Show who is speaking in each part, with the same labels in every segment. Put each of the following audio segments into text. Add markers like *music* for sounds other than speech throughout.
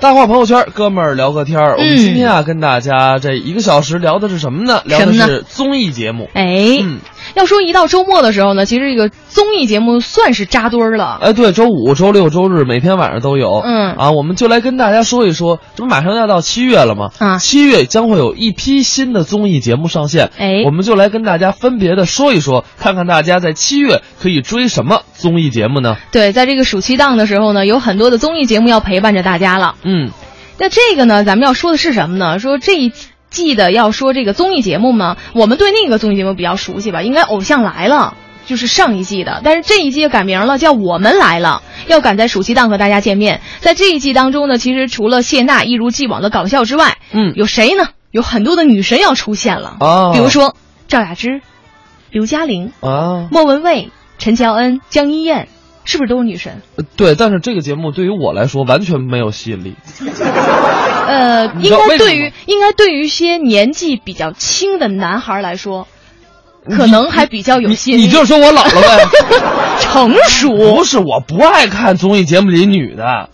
Speaker 1: 大话朋友圈，哥们儿聊个天儿。我们今天啊，跟大家这一个小时聊的是什么呢？聊的
Speaker 2: 什么
Speaker 1: 是
Speaker 2: 呢
Speaker 1: 综艺节目。
Speaker 2: 哎，
Speaker 1: 嗯，
Speaker 2: 要说一到周末的时候呢，其实这个综艺节目算是扎堆儿了。
Speaker 1: 哎，对，周五、周六、周日每天晚上都有。
Speaker 2: 嗯
Speaker 1: 啊，我们就来跟大家说一说，这不马上要到七月了吗？
Speaker 2: 啊
Speaker 1: 七月将会有一批新的综艺节目上线。
Speaker 2: 哎
Speaker 1: 我们就来跟大家分别的说一说，看看大家在七月可以追什么综艺节目呢？
Speaker 2: 对，在这个暑期档的时候呢，有很多的综艺节目要陪伴着大家了。
Speaker 1: 嗯，
Speaker 2: 那这个呢，咱们要说的是什么呢？说这一季的要说这个综艺节目呢，我们对那个综艺节目比较熟悉吧，应该《偶像来了》就是上一季的，但是这一季改名了，叫《我们来了》，要赶在暑期档和大家见面。在这一季当中呢，其实除了谢娜一如既往的搞笑之外，
Speaker 1: 嗯
Speaker 2: 有谁呢？有很多的女神要出现了，
Speaker 1: 哦
Speaker 2: 比如说赵雅芝、刘嘉玲、
Speaker 1: 啊，
Speaker 2: 莫文蔚、陈乔恩、江一燕，是不是都是女神？
Speaker 1: 对，但是这个节目对于我来说完全没有吸引力。
Speaker 2: 呃，
Speaker 1: 你知
Speaker 2: 应
Speaker 1: 道
Speaker 2: 该
Speaker 1: 为什么
Speaker 2: 对于应该对于一些年纪比较轻的男孩来说，可能还比较有吸引
Speaker 1: 你
Speaker 2: 力。
Speaker 1: 你就是说我老了呗？
Speaker 2: *laughs* 成熟
Speaker 1: 不是，我不爱看综艺节目里女的，啊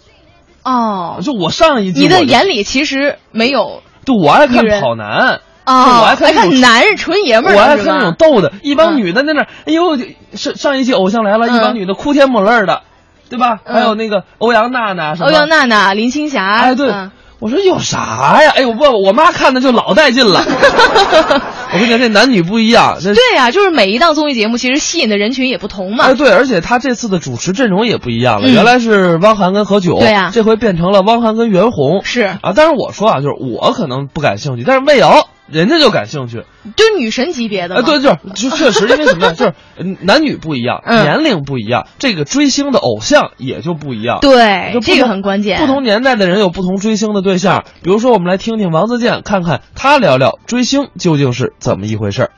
Speaker 2: 哦，
Speaker 1: 就我上一季
Speaker 2: 你的
Speaker 1: 我就
Speaker 2: 眼里其实没有
Speaker 1: 对我爱看
Speaker 2: 女人
Speaker 1: 跑男。
Speaker 2: 哦，
Speaker 1: 我爱看那种
Speaker 2: 看男人纯爷们儿
Speaker 1: 我爱
Speaker 2: 的是
Speaker 1: 看
Speaker 2: 吧，
Speaker 1: 那种逗的，一帮
Speaker 2: 嗯
Speaker 1: 女的在那儿，哎呦，上上一季《偶像来了》，一帮
Speaker 2: 嗯
Speaker 1: 女的哭天抹泪儿的，对吧？
Speaker 2: 嗯
Speaker 1: 还有那个欧阳娜娜什么，
Speaker 2: 欧阳哦娜娜、林青霞，
Speaker 1: 哎，对
Speaker 2: 嗯，
Speaker 1: 我说有啥呀？哎呦，我我妈看的就老带劲
Speaker 2: *laughs*
Speaker 1: 了。我跟你讲，这男女不一样，这
Speaker 2: 对呀、就是每一档综艺节目其实吸引的人群也不同嘛。
Speaker 1: 哎，对，而且他这次的主持阵容也不一样了，
Speaker 2: 嗯
Speaker 1: 原来是汪涵跟何炅，
Speaker 2: 对呀
Speaker 1: 这回变成了汪涵跟袁弘，
Speaker 2: 是
Speaker 1: 啊。但是我说啊，就是我可能不感兴趣，但是魏瑶人家就感兴趣，
Speaker 2: 就是女神级别的
Speaker 1: 啊，
Speaker 2: 嘛。
Speaker 1: 对，就是就确实，因为什么呀？ *laughs* 就是嗯男女不一样，
Speaker 2: 嗯
Speaker 1: 年龄不一样，这个追星的偶像也就不一样。
Speaker 2: 对
Speaker 1: 就不同
Speaker 2: 这个很关键。
Speaker 1: 不同年代的人有不同追星的对象，比如说我们来听听王自健，看看他聊聊追星究竟是怎么一回事儿。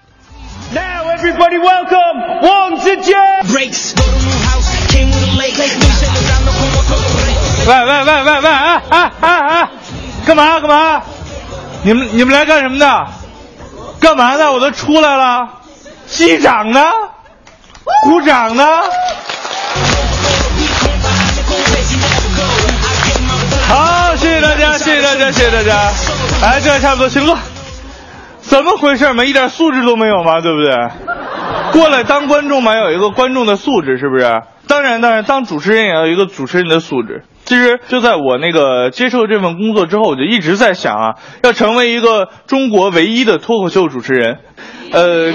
Speaker 3: Now everybody welcome Wang Zijian!
Speaker 4: breaks. Go to new house, came with a lake. New set around the corner, put the brake.
Speaker 3: 喂喂喂喂喂，啊啊啊啊！干嘛干嘛？你们你们来干什么的？干嘛呢？我都出来了，击掌呢，鼓掌呢。好，谢谢大家，谢谢大家，谢谢大家。哎，这样差不多，请坐。怎么回事嘛？一点素质都没有嘛，对不对？过来当观众嘛，要有一个观众的素质，是不是？当然，当然，当主持人也要有一个主持人的素质。其实就在我那个接受这份工作之后，我就一直在想啊，要成为一个中国唯一的脱口秀主持人，呃，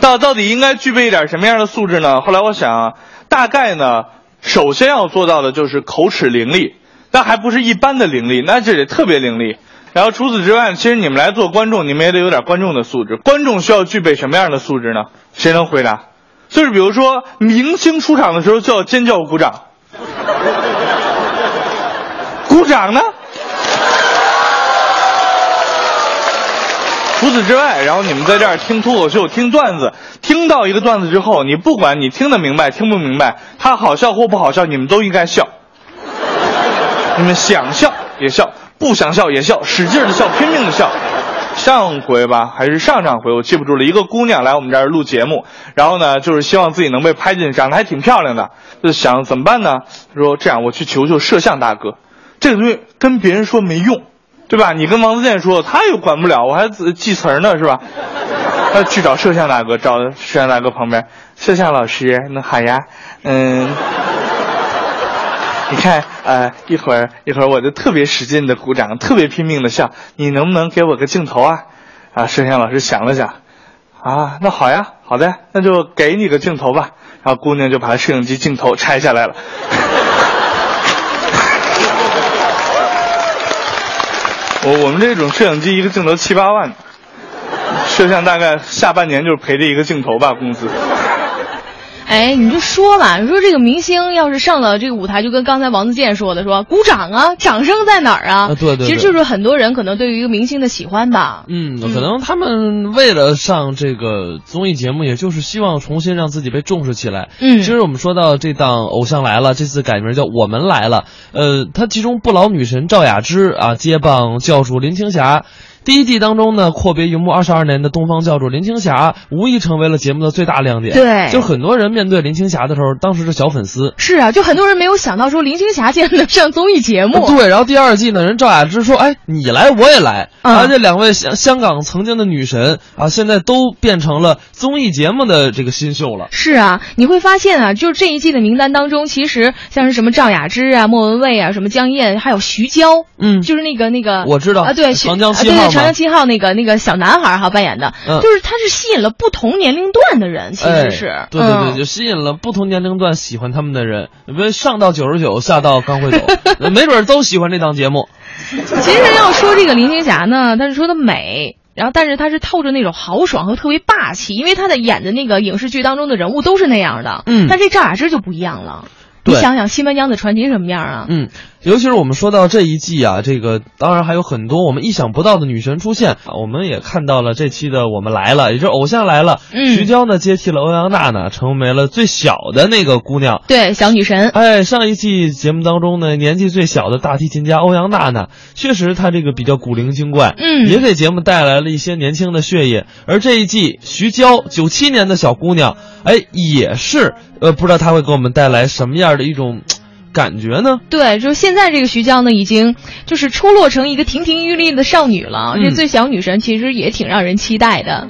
Speaker 3: 到到底应该具备一点什么样的素质呢？后来我想啊，大概呢，首先要做到的就是口齿伶俐，那还不是一般的伶俐，那这得特别伶俐。然后除此之外，其实你们来做观众，你们也得有点观众的素质。观众需要具备什么样的素质呢？谁能回答？就是比如说，明星出场的时候就要尖叫鼓掌， *laughs* 鼓掌呢？除此之外，然后你们在这儿听脱口秀、听段子，听到一个段子之后，你不管你听得明白听不明白，它好笑或不好笑，你们都应该笑。你们想笑也笑，不想笑也笑，使劲的笑，拼命的笑。上回吧，还是上上回，我记不住了。一个姑娘来我们这儿录节目，然后呢，就是希望自己能被拍进去，长得还挺漂亮的，就想怎么办呢？说这样，我去求求摄像大哥，这个东西跟别人说没用，对吧？你跟王自健说，他又管不了，我还自记词儿呢，是吧？他去找摄像大哥，找摄像大哥旁边，摄像老师，那好呀，嗯。 *laughs* 你看，呃，一会儿一会儿我就特别使劲的鼓掌，特别拼命的笑，你能不能给我个镜头啊？啊，摄像老师想了想，啊，那好呀，好的，那就给你个镜头吧。然后姑娘就把摄影机镜头拆下来了。 *laughs* 我我们这种摄影机一个镜头七八万，摄像大概下半年就是赔这一个镜头吧工资。
Speaker 2: 哎，你就说吧，你说这个明星要是上了这个舞台，就跟刚才王自健说的说，鼓掌啊，掌声在哪儿啊？
Speaker 1: 啊对对对
Speaker 2: 其实就是很多人可能对于一个明星的喜欢吧。
Speaker 1: 嗯，可能他们为了上这个综艺节目，也就是希望重新让自己被重视起来。
Speaker 2: 嗯
Speaker 1: 其实我们说到这档《偶像来了》，这次改名叫《我们来了》，呃，它其中不老女神赵雅芝啊接棒教主林青霞。第一季当中呢，阔别荧幕二十二年的东方教主林青霞，无疑成为了节目的最大亮点。
Speaker 2: 对
Speaker 1: 就很多人面对林青霞的时候，当时是小粉丝。
Speaker 2: 是啊，就很多人没有想到说林青霞竟然能上综艺节目。
Speaker 1: 啊对，然后第二季呢，人赵雅芝说：“哎，你来我也来。
Speaker 2: 嗯
Speaker 1: 而且两位香香港曾经的女神啊，现在都变成了综艺节目的这个新秀了。
Speaker 2: 是啊，你会发现啊，就是这一季的名单当中，其实像是什么赵雅芝啊、莫文蔚啊、什么江燕，还有徐娇，
Speaker 1: 嗯
Speaker 2: 就是那个那个，
Speaker 1: 我知道呃
Speaker 2: 啊，对，徐
Speaker 1: 长江
Speaker 2: 啊
Speaker 1: 七
Speaker 2: 对
Speaker 1: 号
Speaker 2: 对，
Speaker 1: 嘛
Speaker 2: 长江七号那个那个小男孩儿哈扮演的，
Speaker 1: 嗯
Speaker 2: 就是他是吸引了不同年龄段的人，其实是，
Speaker 1: 哎、对对对，
Speaker 2: 嗯
Speaker 1: 就吸引了不同年龄段喜欢他们的人，比如上到九十九，下到刚会
Speaker 2: *laughs*
Speaker 1: 走，没准儿都喜欢这档节目。
Speaker 2: 其实要说这个林青霞呢，她是说的美，然后但是她是透着那种豪爽和特别霸气，因为她的演的那个影视剧当中的人物都是那样的。
Speaker 1: 嗯
Speaker 2: 但这赵雅芝就不一样了。你
Speaker 1: 对
Speaker 2: 想想《新白娘子传奇》什么样啊？
Speaker 1: 嗯，尤其是我们说到这一季啊，这个当然还有很多我们意想不到的女神出现。啊我们也看到了这期的《我们来了》，也就是《偶像来了》
Speaker 2: 嗯
Speaker 1: 徐娇呢接替了欧阳娜娜，成为了最小的那个姑娘。
Speaker 2: 对，小女神。
Speaker 1: 哎，上一季节目当中呢，年纪最小的大提琴家欧阳娜娜，确实她这个比较古灵精怪，
Speaker 2: 嗯
Speaker 1: 也给节目带来了一些年轻的血液。而这一季，徐娇，九七年的小姑娘，哎，也是，呃，不知道她会给我们带来什么样的一种嘖感觉呢？
Speaker 2: 对，就是现在这个徐娇呢，已经就是出落成一个亭亭玉立的少女了。
Speaker 1: 嗯
Speaker 2: 这最小女神其实也挺让人期待的。